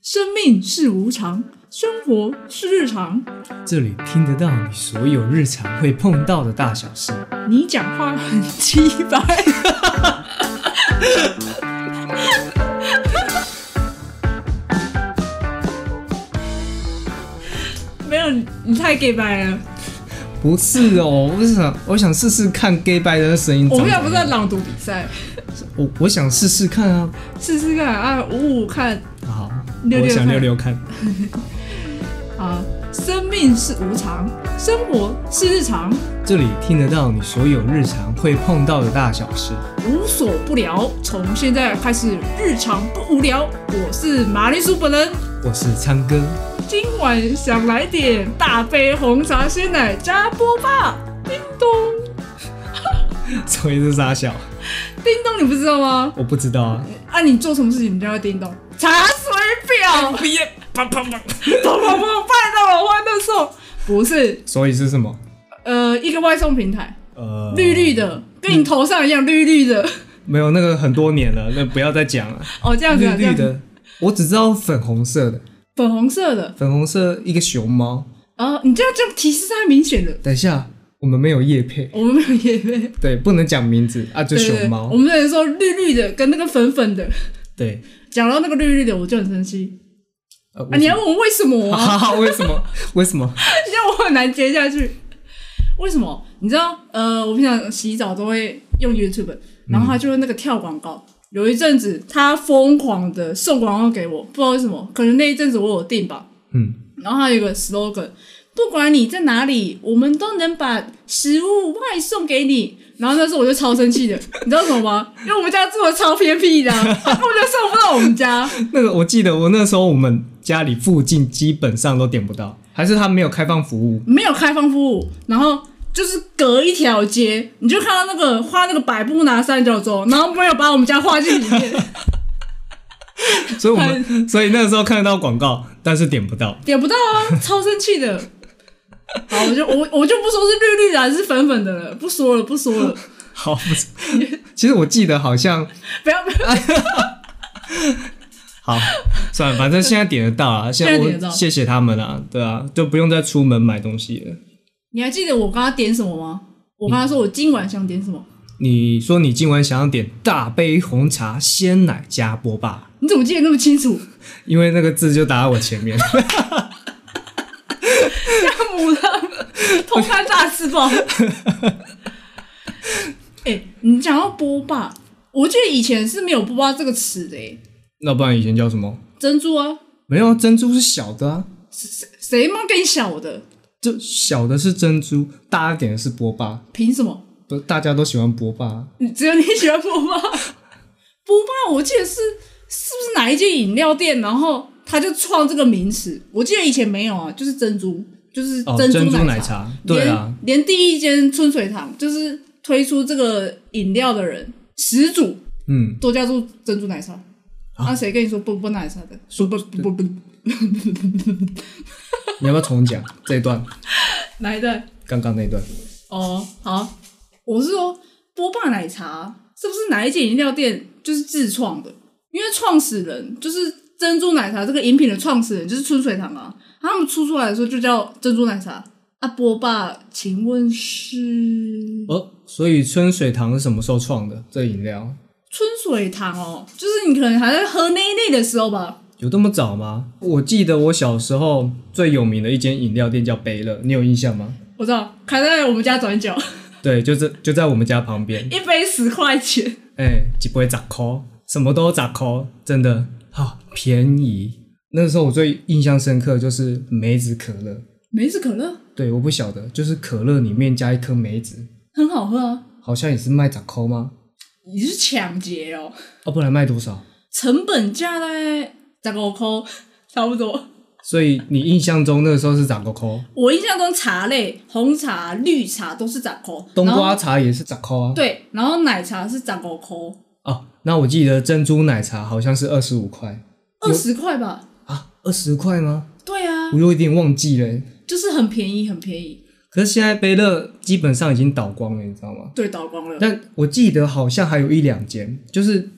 生命是无常，生活是日常。这里听得到你所有日常会碰到的大小事。你讲话很鸡白。 没有，你你太 gay 白了。不是哦，我想我想试试看 gay 白的声音我长们怎俩不样。是在朗读比赛，我我想试试看啊。试试看啊，五五看好，溜溜我想看溜溜看。啊。生命是无常，生活是日常，这里听得到你所有日常会碰到的大小事。无所不聊。从现在开始，日常不无聊。我是玛丽苏本人，我是昌哥，今晚想来点大杯红茶鲜奶加波霸。叮咚，所以是傻小，叮咚，你不知道吗？我不知道啊。啊，你做什么事情你就要叮咚？查水表，毕业，砰砰砰。怎么不拜到我欢乐颂？不是，所以是什么？呃，一个外送平台，呃，绿绿的，跟你头上一样绿绿的。没有那个很多年了，那不要再讲了。哦，这样子绿啊，这绿样子，的，我只知道粉红色的，粉红色的。粉红色一个熊猫。哦，你这样这样提示太明显了。等一下，我们没有叶配，我们没有也没有对，不能讲名字啊，就对对熊对，猫我。们只能说绿绿的跟那个粉粉的。对，讲到那个绿绿的，我就很生气呃，啊！你要问我为什么啊？ 哈哈，为 什么？为什么？你让我很难接下去。为什么？你知道？呃，我平常洗澡都会用 YouTube，然后他就会那个跳广告。有一阵子他疯狂的送广告给我，不知道为什么，可能那一阵子我有订吧。嗯，然后还有一个 slogan，不管你在哪里，我们都能把食物外送给你。然后那时候我就超生气的，你知道为什么吗？因为我们家住的超偏僻的啊、 根本就送不到我们家。那个我记得，我那时候我们家里附近基本上都点不到，还是他没有开放 服务。没有开放服务，然后就是隔一条街，你就看到那个画那个百步拿三角洲，然后没有把我们家画进里面，所以我们所以那个时候看得到广告，但是点不 到。点不到啊，超生气的。好，我就我我就不说是绿绿的还是粉粉的了，不说了不说了，好，不是，其实我记得好像不要不要，好，算了，反正现在点得 到啊，现在现在点得我到谢谢他们啊，对啊，就不用再出门买东西了。你还记得我刚刚点什么吗？我跟他说我今晚想点什么，你说你今晚想要点大杯红茶鲜奶加波霸，你怎么记得那么清楚？ 因为那个字就打在我前面。大母汤，同摊大吃包。哎、你讲到波霸，我记得以前是没有波霸这个词的、欸，那不然以前叫什么？珍珠啊，没有啊珍珠是小的啊，谁妈跟你小的？就小的是珍珠，大一点的是波霸，凭什么？不大家都喜欢波霸啊。你只有你喜欢波霸？波霸，我记得是是不是哪一间饮料店，然后他就创这个名词？我记得以前没有啊，就是珍珠，就是哦珠珍珠奶奶茶对啊连，连第一间春水堂就是推出这个饮料的人始祖嗯，都叫做珍珠奶茶。那、谁跟你说波波奶茶的？说不不不不你要不要重讲 这一段？哪一代？刚刚那一段？哦，好，我是说波霸奶茶是不是哪一间饮料店就是自创的？因为创始人就是珍珠奶茶这个饮品的创始人就是春水堂啊，他们出出来的时候就叫珍珠奶茶啊。波霸，请问是哦，所以春水堂是什么时候创的？这饮料春水堂哦，就是你可能还在喝那一类的时候吧。有这么早吗？我记得我小时候最有名的一间饮料店叫贝乐，你有印象吗？我知道，开在我们家转角，对，就在就在我们家旁边，一杯十块钱，哎、几杯咋抠，什么都咋抠，真的好、便宜。那时候我最印象深刻就是梅子可乐，梅子可乐对，我不晓得，就是可乐里面加一颗梅子，很好喝啊。好像也是卖咋抠吗？你是抢劫哦，哦，不然卖多少？成本价在十五块，差不多。所以你印象中那个时候是咋个抠？我印象中茶类，红茶、绿茶都是长抠，冬然后瓜茶也是咋抠啊？对，然后奶茶是长狗抠，哦，那我记得珍珠奶茶好像是二十五块二十块吧？啊，二十块吗？对啊我，有一点忘记了欸。就是很便宜，很便宜。可是现在贝乐基本上已经倒光了，你知道吗？对，倒光了。但我记得好像还有一两间，就是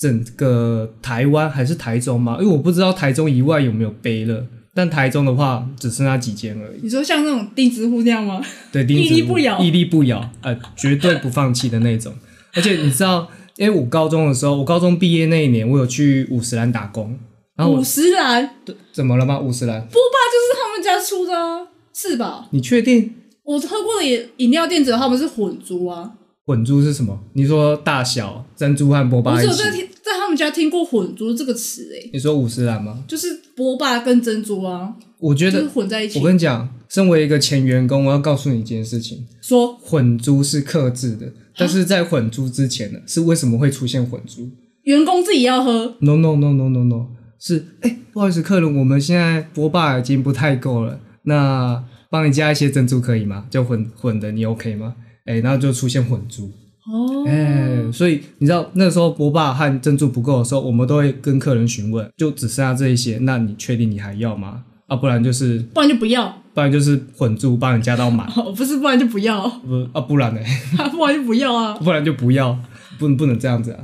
整个台湾还是台中嘛，因为我不知道台中以外有没有杯了，但台中的话只剩下几间而已。你说像那种钉子户那样吗？对，钉屹子立户不摇屹立不摇，呃，绝对不放弃的那种。而且你知道，因为我高中的时候，我高中毕业那一年，我有去五十岚打工。然后五我十兰怎么了吗？五十岚，波霸就是他们家出的、啊，是吧？你确定我喝过的饮饮料店只有他们是混珠啊，混珠是什么？你说大小珍珠和波我霸只一有在起？听在他们家听过混珠这个词诶、你说五十岚吗？就是波霸跟珍珠啊，我觉就是得，混在一起我。跟你讲，身为一个前员工，我要告诉你一件事情：说混珠是克制的，但是在混珠之前呢，是为什么会出现混珠员工自己要喝， ？No No No No No No，是哎、不好意思，客人，我们现在波霸已经不太够了，那帮你加一些珍珠可以吗？就混混的，你 OK 吗？哎、然后就出现混珠，哦，哎、所以你知道那时候波霸和珍珠不够的时候，我们都会跟客人询问，就只剩下这一些，那你确定你还要吗？啊，不然就是，不然就不要，不然就是混珠帮你加到满，哦，不是不然就不要，不啊，不然呢？ 不然就不要啊，不然就不要，不不能这样子啊。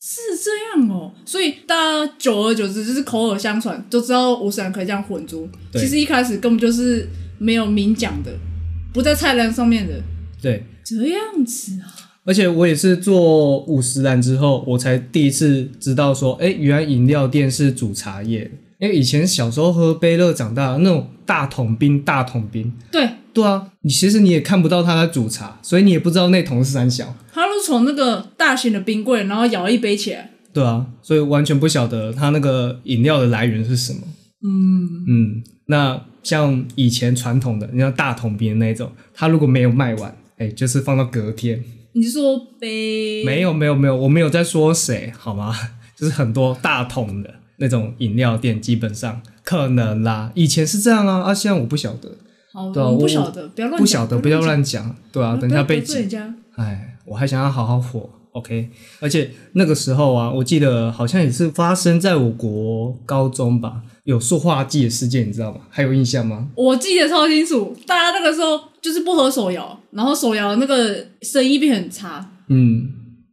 是这样哦。所以大家久而久之就是口耳相传，就知道五十岚可以这样混珠。对其实一开始根本就是没有明讲的，不在菜单上面的，对，这样子啊。而且我也是做五十岚之后，我才第一次知道说，哎，原来饮料店是煮茶叶。因为以前小时候喝杯乐长大的那种大桶冰，大桶冰，对，对啊，你其实你也看不到他在煮茶，所以你也不知道那桶是三小，他都从那个大型的冰柜，然后舀一杯起来。对啊，所以完全不晓得他那个饮料的来源是什么。嗯，嗯，那像以前传统的，你像大桶冰的那种，他如果没有卖完，哎，就是放到隔天，你是说杯？没有没有没有，我没有在说谁，好吗？ 就是很多大桶的那种饮料店，基本上可能啦，以前是这样啊，啊，现在我不晓得，好，对啊我们不我晓得，不要乱讲，不晓得，不要乱讲，对啊，讲，等一下不要被得罪挤，人家。哎，我还想要好好火，OK。而且那个时候啊，我记得好像也是发生在我国高中吧，有塑化剂的事件，你知道吗？还有印象吗？我记得超清楚，大家那个时候就是不喝手摇，然后手摇那个生意变很差。嗯，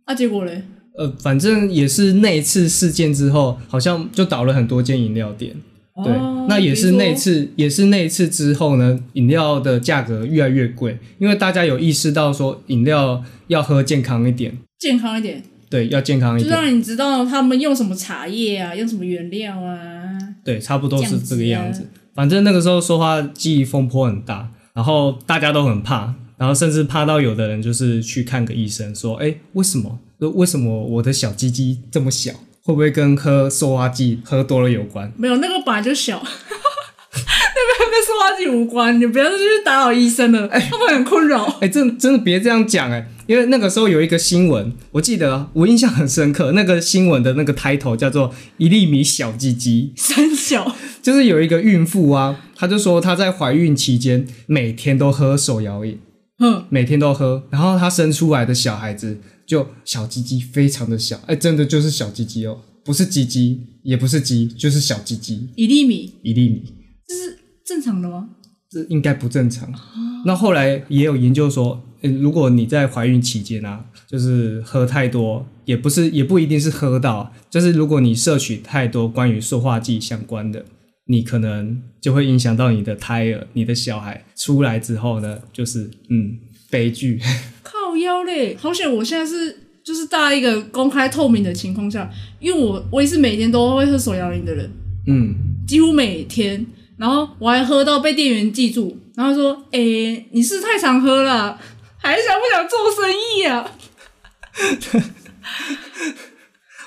啊，结果嘞，呃，反正也是那一次事件之后，好像就倒了很多间饮料店。对，哦那也是那比如说次，也是那一次之后呢，饮料的价格越来越贵，因为大家有意识到说饮料要喝健康一点，健康一点，对，要健康一就点，让你知道他们用什么茶叶啊，用什么原料啊。对，差不多是这个这样样子啊子。反正那个时候说话记忆风波很大，然后大家都很怕，然后甚至怕到有的人就是去看个医生，说，哎，为什么？呃为什么我的小鸡鸡这么小？会不会跟喝塑化剂喝多了有关？没有那个本来就小，那边跟塑化剂无关，你不要再去打扰医生了，他们很困扰。哎、真真的别这样讲哎、因为那个时候有一个新闻，我记得我印象很深刻，那个新闻的那个 title 叫做“一粒米小鸡鸡三小，”，就是有一个孕妇啊，她就说她在怀孕期间每天都喝手摇饮，哼，每天都喝，然后她生出来的小孩子就小鸡鸡非常的小，哎、真的就是小鸡鸡哦，不是鸡鸡，也不是鸡，就是小鸡鸡，一粒米一粒米。这是正常的吗？这应该不正常。那后来也有研究说，呃如果你在怀孕期间啊，就是喝太多，也不是也不一定是喝到，就是如果你摄取太多关于塑化剂相关的，你可能就会影响到你的胎儿，你的小孩出来之后呢，就是嗯悲剧。靠腰嘞！好险，我现在是就是大家一个公开透明的情况下，因为我我也是每天都会喝手摇饮的人，嗯，几乎每天，然后我还喝到被店员记住，然后说：“哎、你是太常喝了啊， 还想不想做生意啊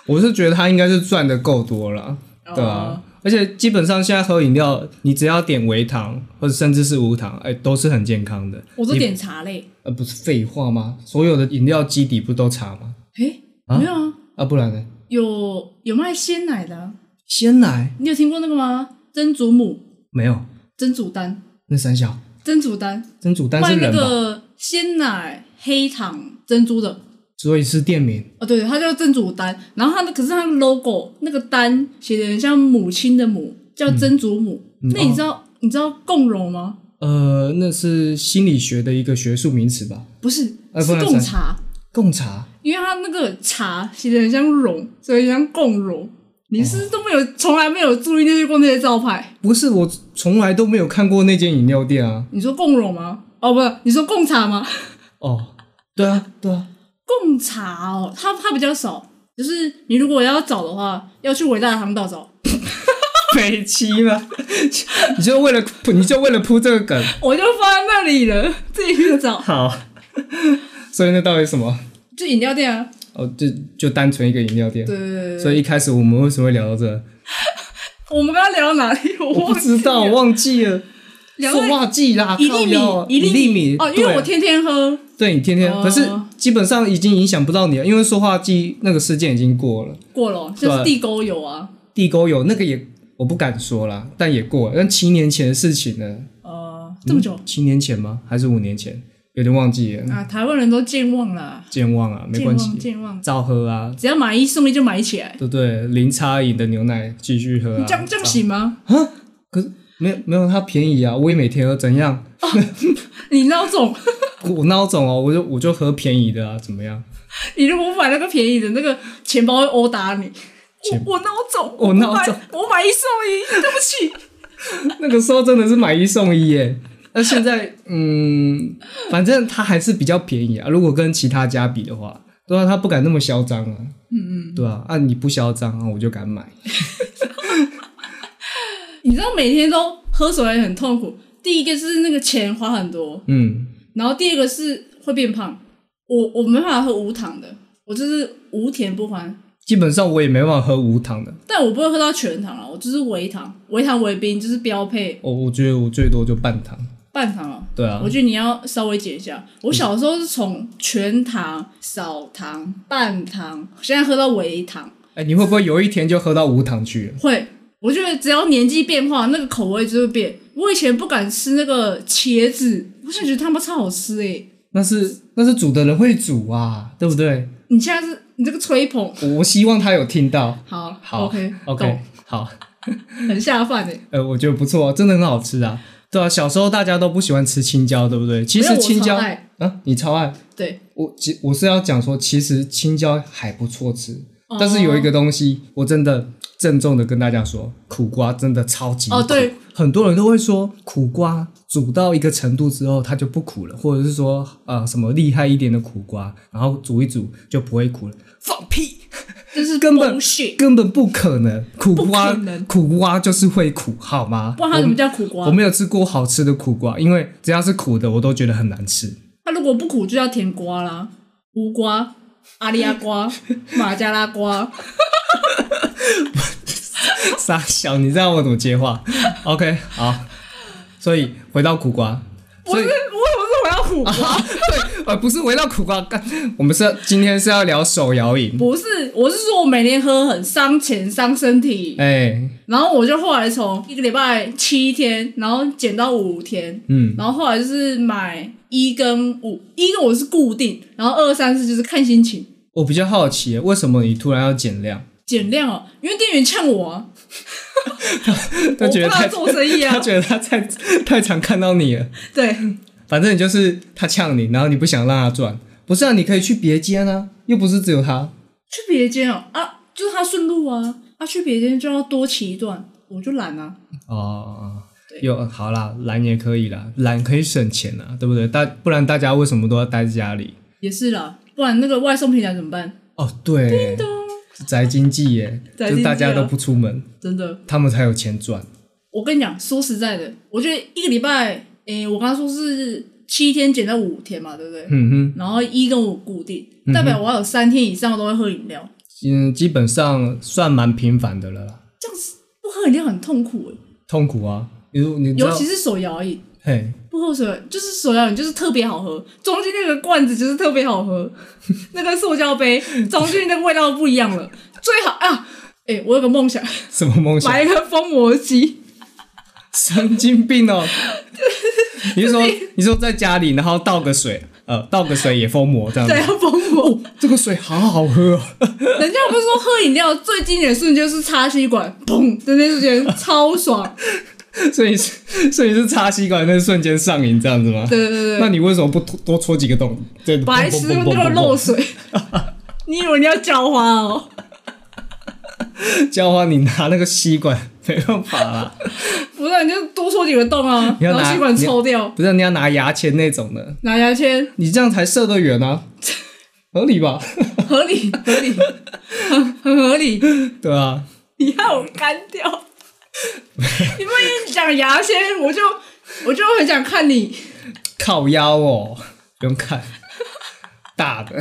我是觉得他应该是赚的够多了，？”哦对啊。而且基本上现在喝饮料，你只要点微糖或者甚至是无糖，哎、都是很健康的。哦我都你点茶嘞。呃，不是废话吗？所有的饮料基底不都茶吗？哎、啊没有啊，啊，不然呢？有有卖鲜奶的啊、鲜奶你有听过那个吗？珍珠母、没有，珍珠丹、那三小珍珠丹，珍珠丹卖是那人吧？个鲜奶、黑糖、珍珠的。所以是店名哦，对，它叫珍珠丹，然后它的可是它的 logo 那个丹写的很像母亲的母，叫珍珠母。嗯那你知道、你知道共荣吗？呃，那是心理学的一个学术名词吧？不是，呃是不然贡是茶，贡茶因因为它那个茶写的很像蓉，所以很像贡蓉。你是不哦是都没有，从来没有注意进去过那些招牌？不是我从来都没有看过那间饮料店啊。你说贡蓉吗？哦，不是，你说贡茶吗？ 哦，对啊，对啊，贡茶哦，它它比较少，就是你如果要找的话，要去伟大的航道找。 北七吗？你就为了你就为了铺这个梗，我就放在那里了，自己去找。好。所以那到底什么？就饮料店啊，哦，就就单纯一个饮料店。对对对对所以一开始我们为什么会聊到这？对我们刚刚聊到哪里？ 我我忘不记了知道，我忘记了。聊到说忘记啦，一靠粒腰啊米，一粒粒米哦，因为对我天天喝，对你天天，哦可是基本上已经影响不到你了，因为说话机那个事件已经过了，过了哦，像是对地沟油啊，地沟油那个也我不敢说啦，但也过了，但七年前的事情呢？呃，这么久嗯七年前吗？还是五年前？有点忘记了，啊，台湾人都健忘了，健忘啊，嗯没健关忘系，健忘，照喝啊，只要买一送一就买起来，对不对？零差饮的牛奶继续喝啊，这样这样照行吗？ 可是没有没有，它便宜啊，我也每天喝，怎样？你那种，我孬种哦，我就我就喝便宜的啊，怎么样？ 你如果不买那个便宜的，那个钱包会殴打你。钱我我孬种，我孬种我买，我买一送一， 对不起。那个时候真的是买一送一耶。那现在，嗯，反正它还是比较便宜啊。如果跟其他家比的话，对啊，它不敢那么嚣张啊。嗯嗯，对啊，啊你不嚣张啊，我就敢买。你知道每天都喝水很痛苦，第一个是那个钱花很多，嗯，然后第二个是会变胖。我我没办法喝无糖的，我就是无甜不欢。基本上我也没办法喝无糖的，但我不会喝到全糖啊了，我就是微糖，微糖微冰就是标配我我觉得我最多就半糖。半糖了。对啊我，觉得你要稍微减一下。我小时候是从全糖、少糖、半糖，现在喝到微糖。哎、你会不会有一天就喝到无糖去了？会，我觉得只要年纪变化，那个口味就会变。我以前不敢吃那个茄子，我现在觉得他妈超好吃欸诶、那是那是煮的人会煮啊，对不对？你现在是你这个吹捧，我我希望他有听到。好好 OK OK，好，懂很下饭诶、欸呃，我觉得不错，真的很好吃啊。对啊，小时候大家都不喜欢吃青椒，对不对？其没有实我青超椒爱啊，你超爱。对，我其我是要讲说，其实青椒还不错吃，哦但是有一个东西，我真的郑重的跟大家说，苦瓜真的超级苦哦对，很多人都会说苦瓜煮到一个程度之后它就不苦了，或者是说呃什么厉害一点的苦瓜，然后煮一煮就不会苦了。放屁！就是根本血，根本不可能，苦瓜不可能苦瓜就是会苦，好吗？不然它我怎么叫苦瓜我？没有吃过好吃的苦瓜，因为只要是苦的，我都觉得很难吃。它如果不苦，就叫甜瓜啦，无瓜、阿利亚瓜、马加拉瓜。 傻小，你知道我怎么接话？OK，好。所以回到苦瓜，我所是以我为什么是我要苦瓜？对，呃，不是回到苦瓜，干我们是要今天是要聊手摇饮。不是，我是说我每天喝很伤钱、伤身体，哎、然后我就后来从一个礼拜七天，然后减到五天，嗯，然后后来就是买一跟五，一跟我是固定，然后二三四就是看心情我比较好奇，为什么你突然要减 量？减量哦，因为店员呛我、啊，我不他觉知得道太，做生意他啊，觉得他太太常看到你了。对，反正你就是他呛你，然后你不想让他赚，不是啊？你可以去别间啊，又不是只有他。去别间哦啊，就是他顺路啊，啊去别间就要多骑一段，我就懒啊，哦，对有好啦，懒也可以啦，懒可以省钱啊，对不对？大不然大家为什么都要待在家里？也是啦，不然那个外送平台怎么办？哦，对，宅经济耶， 宅经就济啊大家都不出门，真的，他们才有钱赚。我跟你讲，说实在的，我觉得一个礼拜，诶、我刚刚说是七天减到五天嘛，对不对？嗯哼，然后一跟五固定，代表我要有三天以上都会喝饮料，嗯，基本上算蛮频繁的了啦，不喝饮料很痛苦诶、欸痛苦啊。你如你知尤道其，是手摇饮，嘿，不喝手摇就是手摇饮就是特别好喝，中间那个罐子就是特别好喝， 那个塑胶杯中间那个味道不一样了，最好啊！诶、我有个梦想，什么梦想？买一个封魔机，神经病 哦！你是说你说在家里，然后倒个水，呃，倒个水也封膜这样子对，，要封魔。这个水好好喝、哦， 人家不是说喝饮料最经典的瞬间是插吸管，砰的那瞬间超 爽。所以是所以是插吸管那瞬间上瘾这样子吗？对对对对，那你为什么不多多戳几个洞？对，白痴砰 那个漏。水，你以为你要浇花哦？浇花你拿那个吸管 没办法啦，不是，你就多戳几个洞啊，你要然拿后吸管抽掉，不是你要拿牙签那种的，拿牙签，你这样才射得远啊， 合理吧？ 合理合理，很很合理。对啊， 你要我干掉？你不一讲牙签，我就我就很想看你。靠腰哦，不用看，大的，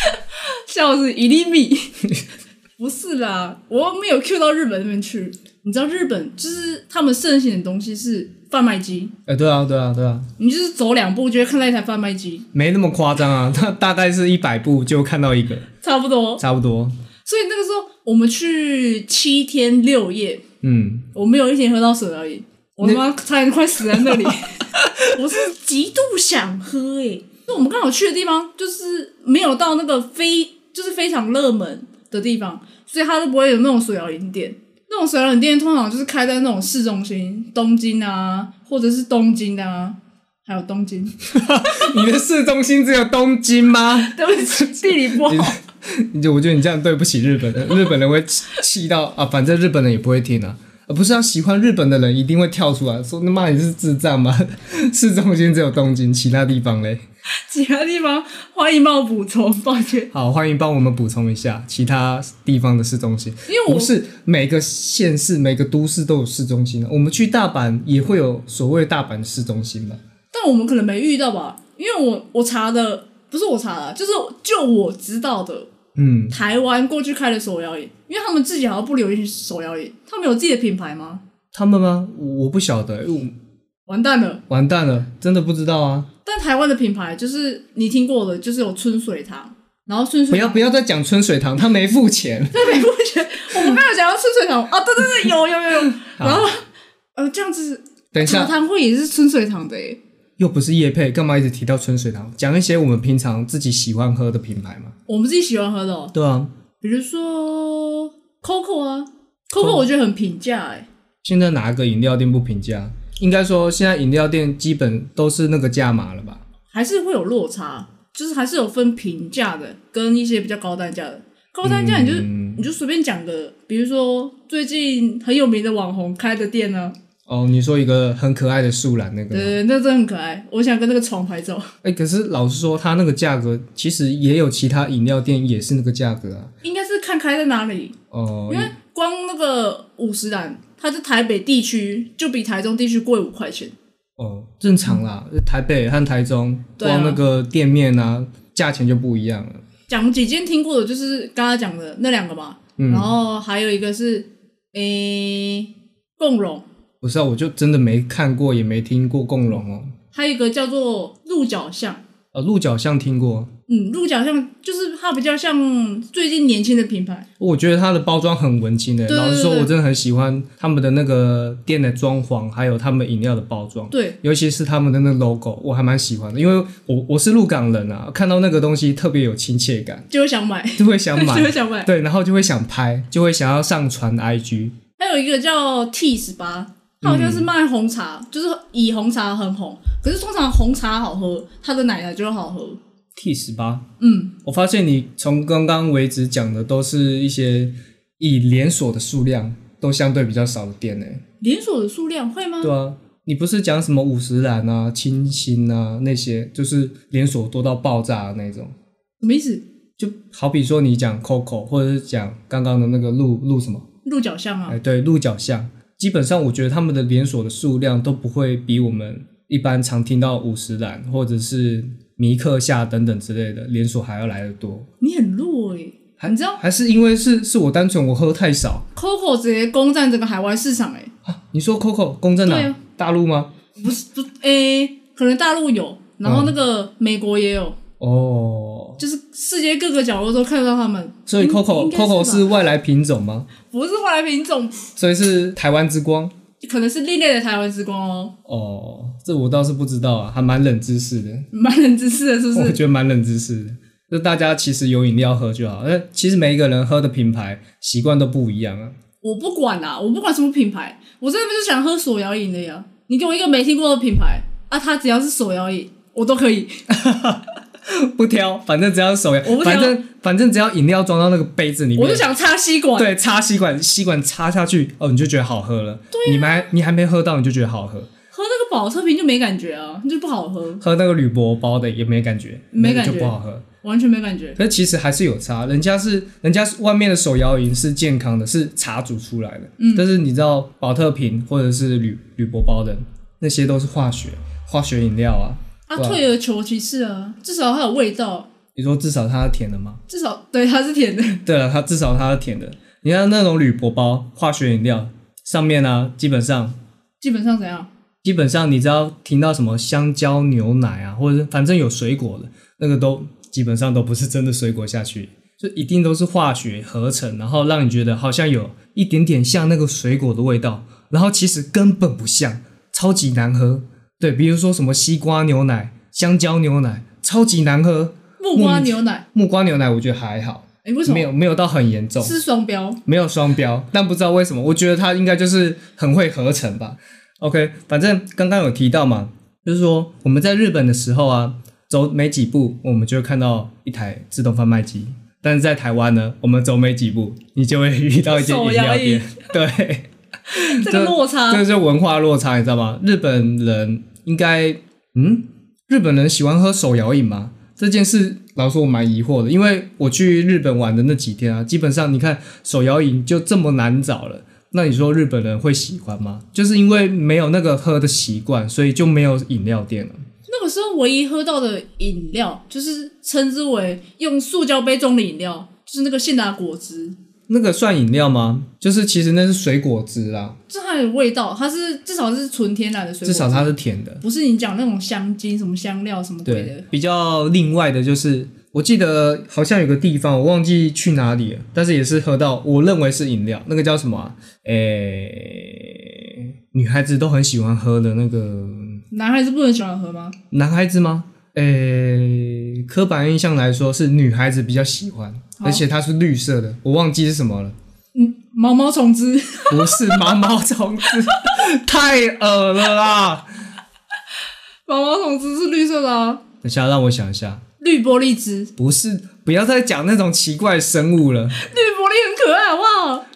笑死，一粒米。 不是啦，我又没有 Q 到日本那边去。你知道日本就是他们盛行的东西是贩卖机，哎、对啊，对啊，对啊，你就是走两步就会看到一台贩卖机，没那么夸张啊， 大大概是一百步就看到一个，差不多。差不多，所以那个时候我们去七天六夜，嗯，我没有一天喝到水而已，我他妈差点快死在 那里。我是极度想喝诶、那我们刚好去的地方就是没有到那个非就是非常热门的地方，所以它就不会有那种水疗饮店。那种水疗饮店通常就是开在那种市中心，东京啊，或者是东京啊，还有东京。 你的市中心只有东京吗？ 对不起，地理不好。你就我觉得你这样对不起日本人，日本人会气气到啊，反正日本人也不会听啊。啊，不是啊，喜欢日本的人一定会跳出来说：“他妈你是智障吗？ 市中心只有东京，其他地方嘞。其他地方欢迎帮我补充，抱歉”，好，欢迎帮我们补充一下其他地方的市中心。因为我不是每个县市、每个都市都有市中心的。我们去大阪也会有所谓大阪市中心嘛？但我们可能没遇到吧，因为我我查的不是我查的，啊就是就我知道的，嗯，台湾过去开的手摇饮，因为他们自己好像不流行手摇饮，他们有自己的品牌吗？他们吗？我我不晓得，因为完蛋了！我完蛋了，真的不知道啊！但台湾的品牌就是你听过的，就是有春水堂，然后春不水要 堂，不要再讲春水堂，他没付钱。对，美国人，哦我们刚才有讲到春水堂啊，对对对，有有有有，然后呃这样子，等一茶下，汤会也是春水堂的耶，又不是叶配，干嘛一直提到春水堂？讲一些我们平常自己喜欢喝的品牌嘛？我们自己喜欢喝的、哦，对啊，比如说 Coco 啊，Coco 我觉得很平价哎。现在哪个饮料店不平价？应该说现在饮料店基本都是那个价码了吧？还是会有落差，就是还是有分平价的跟一些比较高单价的。高单价你就、你就随便讲个，比如说最近很有名的网红开的店呢，哦，你说一个很可爱的树懒那个吗？对，那真的很可爱，我想跟那个床拍照， 哎、可是老实说，它那个价格其实也有其他饮料店也是那个价格啊。应该是看开在哪里，哦、因为光那个五十兰，它在台北地区就比台中地区贵五块钱，哦，正常啦，台北和台中对啊光那个店面啊，价钱就不一样了。讲几间听过的，就是刚刚讲的那两个嘛，然后还有一个是诶、共荣，不是啊，我就真的没看过，也没听过共荣哦。还有一个叫做鹿角巷。呃，鹿角巷听过，嗯，鹿角巷就是它比较像最近年轻的品牌，我觉得它的包装很文青的。对对老实说，对我真的很喜欢他们的那个店的装潢，还有他们饮料的包装。对，尤其是他们的那个 logo，我还蛮喜欢的，因为我我是鹿港人啊，看到那个东西特别有亲切感，就会想买，就会想买 就。会想买。对，然后就会想拍，就会想要上传 IG。还有一个叫 T 十八，它好像是卖红茶，嗯就是以红茶很红，可是通常红茶好喝，它的奶茶就好喝。 T 十八，嗯，我发现你从刚刚为止讲的都是一些以连锁的数量都相对比较少的店呢、连锁的数量会吗？对啊，你不是讲什么五十岚啊、清新啊那些，就是连锁多到爆炸的那种。什么意思？就好比说你讲 Coco，或者是讲刚刚的那个鹿鹿什么，鹿角巷啊，哎，对，鹿角巷，基本上我觉得他们的连锁的数量都不会比我们一般常听到五十岚或者是尼克夏等等之类的连锁还要来得多。你很弱诶、还你知道还是因为是是我单纯我喝太少。啊 Coco 直接攻占整个海外市场诶、你说 Coco 公正哪、对啊大陆吗？不是不诶、可能大陆有，然嗯后那个美国也有，哦，就是世界各个角落都看得到他们。所以应 Coco 应该是吧 Coco 是外来品种吗？不是外来品种，所以是台湾之光。可能是另类的台湾之光哦， 哦，这我倒是不知道啊，还蛮冷知识的。蛮人知识的，是不我是？觉得蛮冷知识的。就大家其实有饮料喝就好，那其实每一个人喝的品牌习惯都不一样啊。 我不管啦，我不管什么品牌，我真的就想喝手摇饮的呀。你给我一个没听过的品牌啊，它只要是手摇饮，我都可以。不挑，反正只要手摇我不，挑反正反正只要饮料装到那个杯子里面，我就想插吸管。对，插吸管，吸管插下去，哦，你就觉得好喝了。啊你们还你还没喝到，你就觉得好喝。喝那个保特瓶就没感觉啊，就不好喝，喝那个铝箔包的也没感觉，没那个感就觉不好喝。完全没感觉。可是其实还是有差，人家是人家是外面的手摇饮是健康的，是茶煮出来的。嗯，但是你知道保特瓶或者是铝铝箔包的那些都是化学化学饮料啊。啊，对啊退而求其次啊，至少它有味道，你说至少它是甜的吗？至少对它是甜的。对了，它至少它是甜的。你看那种铝箔包化学饮料上面呢、基本上基本上怎样？基本上你只要听到什么香蕉牛奶啊，或者是反正有水果的那个都基本上都不是真的水果下去，就一定都是化学合成，然后让你觉得好像有一点点像那个水果的味道，然后其实根本不像，超级难喝。对，比如说什么西瓜牛奶、香蕉牛奶，超级难喝。木瓜牛奶，木瓜牛奶我觉得还好，哎、为什没么？有没有到很严重，是双标， 没有双标，但不知道为什么，我觉得他应该就是很会合成吧。OK，反正刚刚有提到嘛，就是说我们在日本的时候啊，走没几步，我们就会看到一台自动贩卖机。但是在台湾呢，我们走没几步，你就会遇到一间饮料店。 对，这个落差这就是文化落差，你知道吗？日本人应该，嗯，日本人喜欢喝手摇饮吗？这件事，老实说，我蛮疑惑的，因为我去日本玩的那几天啊，基本上你看手摇饮就这么难找了，那你说日本人会喜欢吗？就是因为没有那个喝的习惯，所以就没有饮料店了。那个时候唯一喝到的饮料，就是称之为用塑胶杯装的饮料，就是那个现打果汁，那个算饮料吗？就是其实那是水果汁啦，这它有味道，它是至少是纯天然的水至果，少它是甜的。不是你讲那种香精、什么香料、什么鬼对的。，比较另外的就是，我记得好像有个地方，我忘记去哪里了，但是也是喝到我认为是饮料，那个叫什么、啊？诶、女孩子都很喜欢喝的那个，男孩子不能喜欢喝吗？男孩子吗？诶、刻板印象来说是女孩子比较喜欢，好而且它是绿色的，我忘记是什么了，嗯，毛毛虫汁， 不是毛毛虫子， 太恶了啦！毛毛虫汁是绿色的啊，等一下让我想一下，绿玻璃汁，不是，不要再讲那种奇怪的生物了，绿玻璃很可爱，好不好？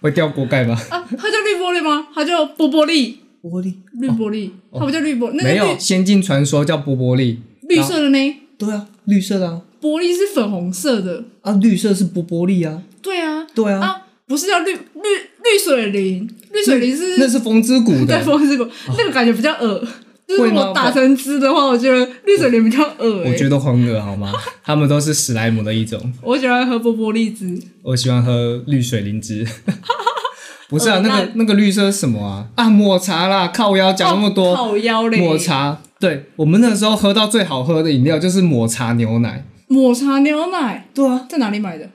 会掉锅盖吧？啊，它叫绿玻璃吗？它叫波波利，玻璃绿玻璃，它不叫绿玻，那哦没个有《仙境传说》叫波波利，绿绿色的呢？对啊，绿色的啊，玻璃是粉红色的，啊，绿色是波波利啊，对啊，对啊，啊，不是叫绿绿绿水灵，绿水灵是那是风之谷对的，哦风之谷，那个感觉比较恶。就是会如吗果打成汁的话，我觉得绿水灵比较恶、欸。我觉得黄鹅好吗？他们都是史莱姆的一种，我喜欢喝波波荔汁，我喜欢喝绿水灵芝。不是啊，呃那个那个绿色是什么啊？啊，抹茶啦，靠腰讲那么哦多，好妖嘞！抹茶。对我们那时候喝到最好喝的饮料就是抹茶牛奶。抹茶牛奶对啊，在哪里买的？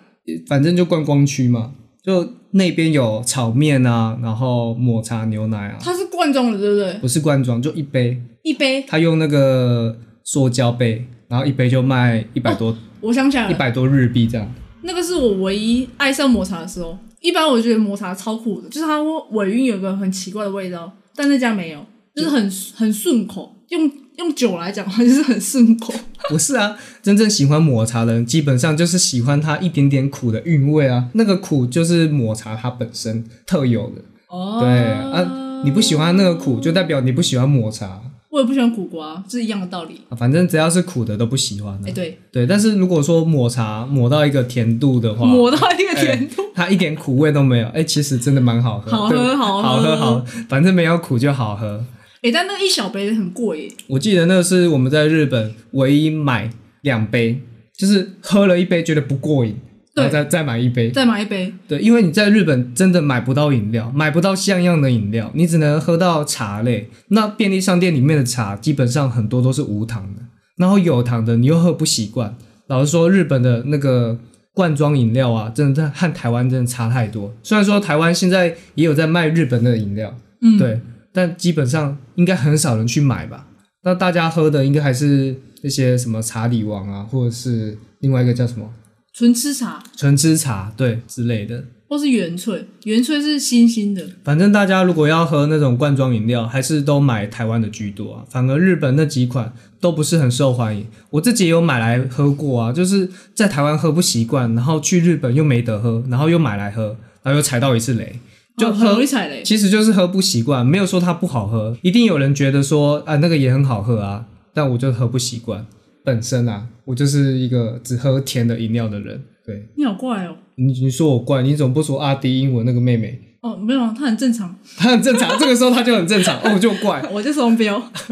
反正就观光区嘛，就那边有炒面啊，然后抹茶牛奶啊，它是罐装的，对不对？不是罐装，就一杯，一杯，他用那个塑胶杯，然后一杯就卖一百多我想起啊来一了，百、100多日币这样。那个是我唯一爱上抹茶的时候。一般我觉得抹茶超苦的，就是它尾韵有个很奇怪的味道，但那家没有，就是很很顺口。用用酒来讲的话，就是很顺口。不是啊，真正喜欢抹茶的人，基本上就是喜欢它一点点苦的韵味啊，那个苦就是抹茶它本身特有的。哦， 对啊，你不喜欢那个苦，就代表你不喜欢抹茶啊，我也不喜欢苦瓜，是一样的道理。反正只要是苦的都不喜欢、啊哎、。对，对，但是如果说抹茶抹到一个甜度的 话，抹到一个甜度，它一点苦味都没有，哎、其实真的蛮好喝，好对喝好喝好喝好喝，反正没有苦就好喝。哎、但那个一小杯很贵耶，我记得那是我们在日本唯一买两杯，就是喝了一杯觉得不过瘾，对然后再再买一杯。再买一杯，对，因为你在日本真的买不到饮料，买不到像样的饮料，你只能喝到茶类。那便利商店里面的茶基本上很多都是无糖的，然后有糖的你又喝不习惯。老实说，日本的那个罐装饮料啊，真的和台湾真的差太多。虽然说台湾现在也有在卖日本的饮料，嗯，对，但基本上应该很少人去买吧。那大家喝的应该还是那些什么茶里王啊，或者是另外一个叫什么纯吃茶。纯吃茶，对之类的。或是原萃，原萃是新兴的，反正大家如果要喝那种罐装饮料，还是都买台湾的居多啊。反而日本那几款都不是很受欢迎。我自己也有买来喝过啊，就是在台湾喝不习惯，然后去日本又没得喝，然后又买来喝，然后又踩到一次雷，就哦很喝容易踩雷。其实就是喝不习惯，没有说它不好喝，一定有人觉得说啊那个也很好喝啊，但我就喝不习惯。本身啊，我就是一个只喝甜的饮料的人。对你好怪哦，你，你说我怪，你怎么不说阿迪英文那个妹 妹？哦没有啊，它很正常，她很正常，这个时候她就很正常，哦，我就怪。我就双标，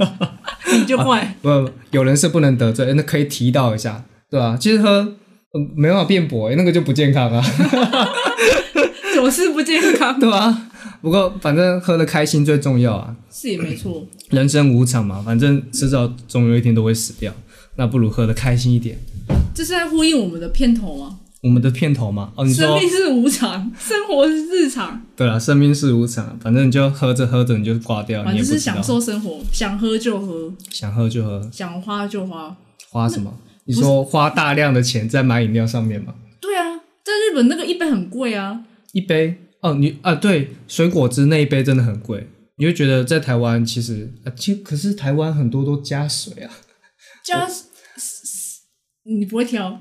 你就怪。不，有人是不能得罪，那可以提到一下，对吧、其实喝、嗯没办法辩驳、欸，那个就不健康啊， 总是不健康，对吧、不过反正喝的开心最重要啊，是也没错。人生无常嘛，反正迟早总有一天都会死掉，那不如喝的开心一点。这是在呼应我们的片头吗？我们的片头嘛，哦，你生说命是无常，生活是日常，对了，生命是无常，啊反正你就喝着喝着你就挂掉，反啊你也正不是知道享，受生活，想喝就喝，想喝就喝，想花就花。花什么？你说花大量的钱在买饮料上面吗？对啊，在日本那个一杯很贵啊，一杯哦，你啊对，水果汁那一杯真的很贵，你会觉得在台湾其实啊，其实可是台湾很多都加水啊。 加你不会挑？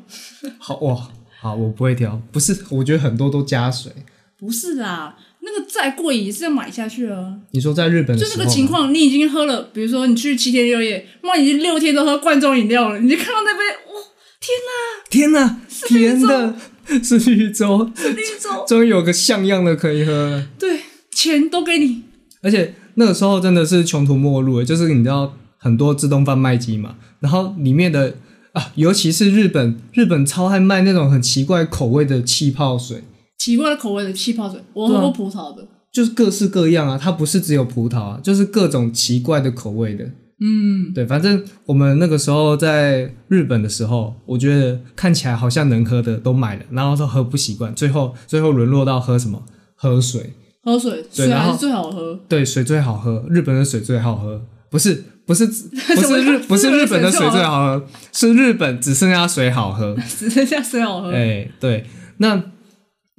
好哇，好我不会挑，不是，我觉得很多都加水。不是啦，那个再贵也是要买下去啊。你说在日本的就时那候个吗情况，你已经喝了，比如说你去七天六夜，妈，你已经六天都喝罐装饮料了，你就看到那杯，哇、天哪，天哪，甜的 是绿洲，绿洲，终于有个像样的可以喝了。对，钱都给你，而且那个时候真的是穷途末路，欸就是你知道很多自动贩卖机嘛，然后里面的啊，尤其是日本，日本超爱卖那种很奇怪口味的气泡水。奇怪的口味的气泡水，我对喝啊过葡萄的，就是各式各样啊，它不是只有葡萄啊，就是各种奇怪的口味的。嗯，对，反正我们那个时候在日本的时候，我觉得看起来好像能喝的都买了，然后都喝不习惯，最后最后沦落到喝什么？喝水。喝水水然还后是最好喝，对，水最好喝，日本的水最好喝，不是不 是不怎么是日不是日日本本的的水水最好喝，是日本只剩下水好喝。只剩下水好喝，哎、对，那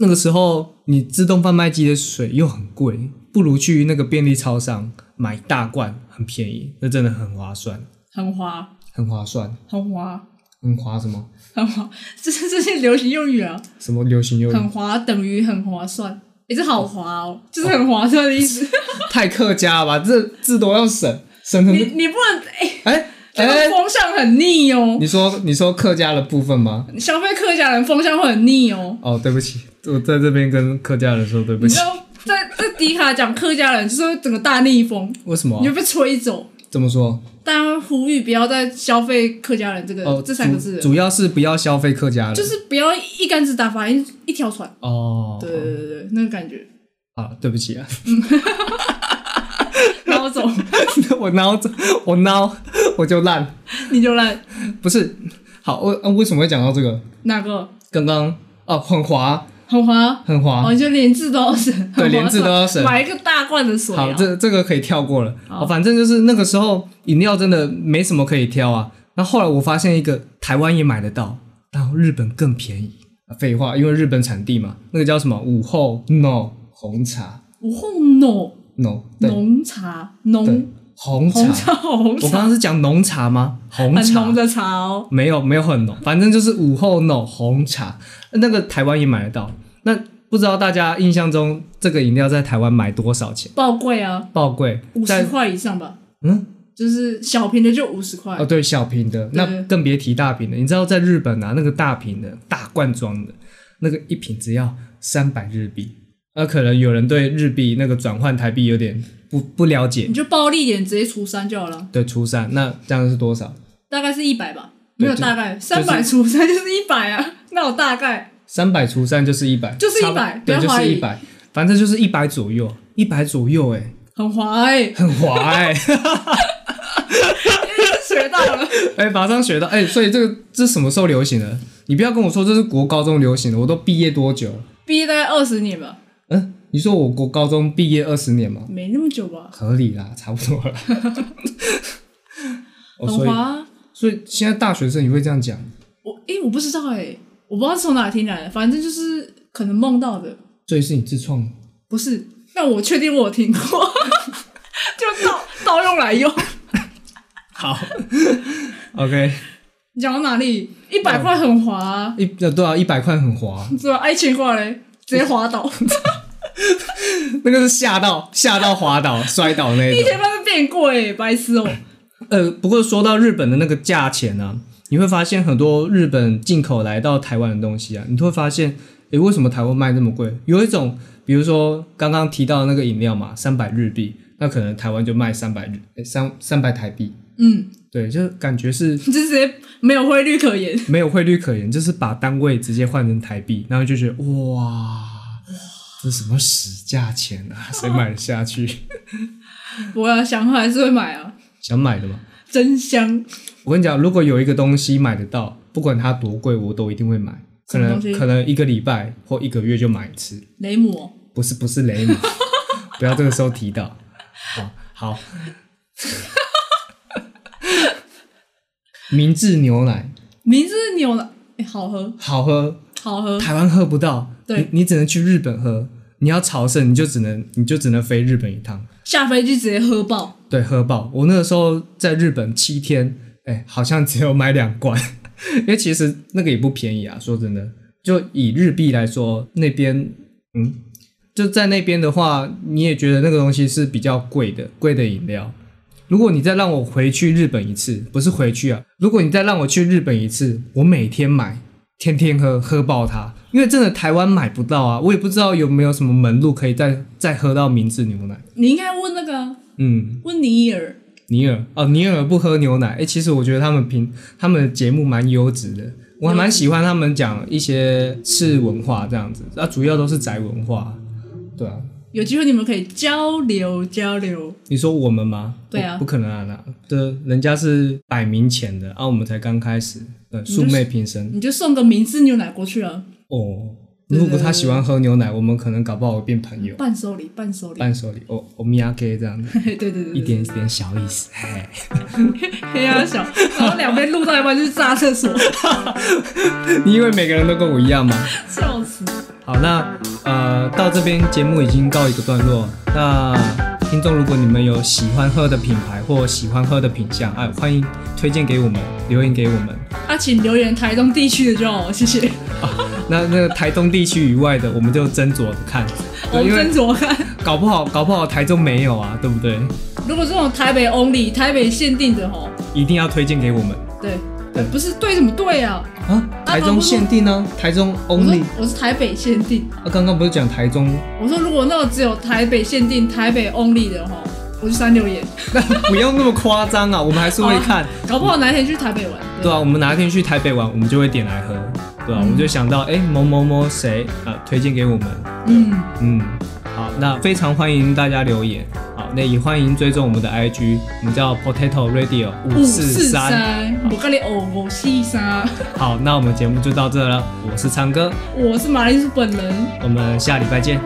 那个时候你自动贩卖机的水又很贵，不如去那个便利超商买一大罐，很便宜，那真的很划算，很滑，很划算，很滑，很划什么很滑， 这是这些流行用语啊，什么流 行用语，很滑等于很划算，也是好滑哦，就是很划算的意 思。太客家了吧？这字都要省，省成你 你不能哎，哎这个哎，风向很逆哦，你说你说客家的部分吗？消费客家人风向会很逆哦。哦，对不起，我在这边跟客家人说对不你知起。道，在在迪卡讲客家人就是整个大逆风，为什么你啊、就被吹走。怎么说？大家呼吁不要再消费客家人这个、哦，呃这三个字主了，主要是不要消费客家人，就是不要一竿子打翻一一条船。哦，对对对对，那个感觉。啊，对不起啊。然后走， 我孬，我孬，我就烂。你就烂不是，好，我、啊、为什么会讲到这个？哪个刚刚哦，很滑，很滑，很滑。哦，你就连字都要省，很划算啊连字都要省买一个大罐的水、啊。好，这这个可以跳过了。好哦，反正就是那个时候饮料真的没什么可以挑啊。那后来我发现一个台湾也买得到，然后日本更便宜。啊废话，因为日本产地嘛，那个叫什么午后 no 红茶午后浓 no 对浓茶对浓红茶。红茶红我茶，刚刚是讲浓茶吗？红很茶浓的茶哦。没有没有很浓，反正就是午后浓红茶，那个台湾也买得到。那不知道大家印象中这个饮料在台湾买多少钱？爆贵啊，爆贵五，十在块以上吧，嗯就是小瓶的就五十块哦，对小瓶的，那更别提大瓶的。你知道在日本啊，那个大瓶的大罐装的，那个一瓶只要三百日币。那可能有人对日币那个转换台币有点不不了解你，就暴力一点，直接除三就好了，对，初三那这样是多少？大概是一百吧，没对有就大概三百除三就是一百啊，那我大概三百除三就是一百，就是差不100对，不就要怀是疑一百，反正就是一百左右，一百左右、哎，很滑哎、欸，很滑哎、学到了，哎、马上学到哎、所以这个这什么时候流行的？你不要跟我说这是国高中流行的，我都毕业多久了？毕业大概二十年吧，嗯，你说我国高中毕业二十年吗？没那么久吧，合理啦， 差不多了。哦、很所以滑啊，所以现在大学生也会这样讲，我哎、我不知道哎、我不知道是从哪听来的，反正就是可能梦到的，所以是你自创的。不是，但我确定我有听过， 就盗盗用来用。好，OK，你讲到哪里？一百块很滑、啊，一呃对啊，一百块很滑，是吧？爱情块嘞，直接滑倒，那个是吓到吓到滑倒摔倒那一种。千块会变贵，白痴哦、呃，不过说到日本的那个价钱呢、你会发现很多日本进口来到台湾的东西啊，你会发现，诶，为什么台湾卖这么贵？有一种，比如说刚刚提到的那个饮料嘛，三百日币，那可能台湾就卖三百日诶三三百台币，嗯，对，就是感觉是就直接没有汇率可言。没有汇率可言，就是把单位直接换成台币，然后就觉得哇，这什么死价钱啊，谁买得下去？不过想喝还是会买啊，想买的吗？真香！我跟你讲，如果有一个东西买得到，不管它多贵，我都一定会买。可什么能东西可能一个礼拜或一个月就买一次，雷姆哦不是不是雷姆， 不要这个时候提到。好，好， 明治牛奶明治牛奶、欸好喝，好喝，好喝。台湾喝不到，对你你只能去日本喝。你要朝圣，你就只能你就只能飞日本一趟，下飞机直接喝爆，对，喝爆。我那个时候在日本七天，哎、好像只有买两罐， 因为其实那个也不便宜啊。说真的，就以日币来说，那边嗯，就在那边的话，你也觉得那个东西是比较贵的，贵的饮料。如果你再让我回去日本一次，不是回去啊，如果你再让我去日本一次，我每天买，天天喝，喝爆它，因为真的台湾买不到啊，我也不知道有没有什么门路可以再再喝到明治牛奶。你应该问那个啊嗯，问尼尔，尼嗯尔哦，尼尔不喝牛奶。哎、其实我觉得他们平他们的节目蛮优质的，我还蛮喜欢他们讲一些次文化这样子。那、主要都是宅文化，对啊。有机会你们可以交流交流。你说我们吗？对啊不不可能啊，那对，人家是摆明前的，啊，我们才刚开始，对，素昧平生。你就送个明治牛奶过去啊，哦，对如果他喜欢喝牛奶，我们可能搞不好会变朋友，伴手礼，伴手礼。伴手礼，哦，欧米亚给这样子， 对对对一对，点一点小意思，嘿。 黑啊小，然后两边路到一半就是炸厕 所，,你以为每个人都跟我一样吗？笑死。好，那呃，到这边节目已经告一个段落。那听众，如果你们有喜欢喝的品牌或喜欢喝的品相，哎，欢迎推荐给我们，留言给我们。啊，请留言台东地区的就好，谢谢。那 那个台东地区以外的，我们就斟酌着看，我对，哦们因为斟酌看。搞不好搞不好台中没有啊，对不对？如果这种台北 only、台北限定的吼，一定要推荐给我们对，对不是对什么对啊？嗯啊！台中限定呢、台中我说 only。我是台北限定，啊，刚刚不是讲台中？ 我说如果那种只有台北限定、台北 only 的吼，我就删留言，那不用那么夸张啊，我们还是会看。搞不好哪天去台北玩。对啊，我们哪天去台北玩，我们就会点来喝，对啊，我们就想到，哎、某某某谁啊、呃推荐给我们，嗯，嗯，好，那非常欢迎大家留言，好，那也欢迎追踪我们的 IG，我们叫 Potato Radio 五五四四三，三，我跟你哦，我四三， 好，那我们节目就到这了，我是昌哥，我是马铃薯本人，我们下礼拜见，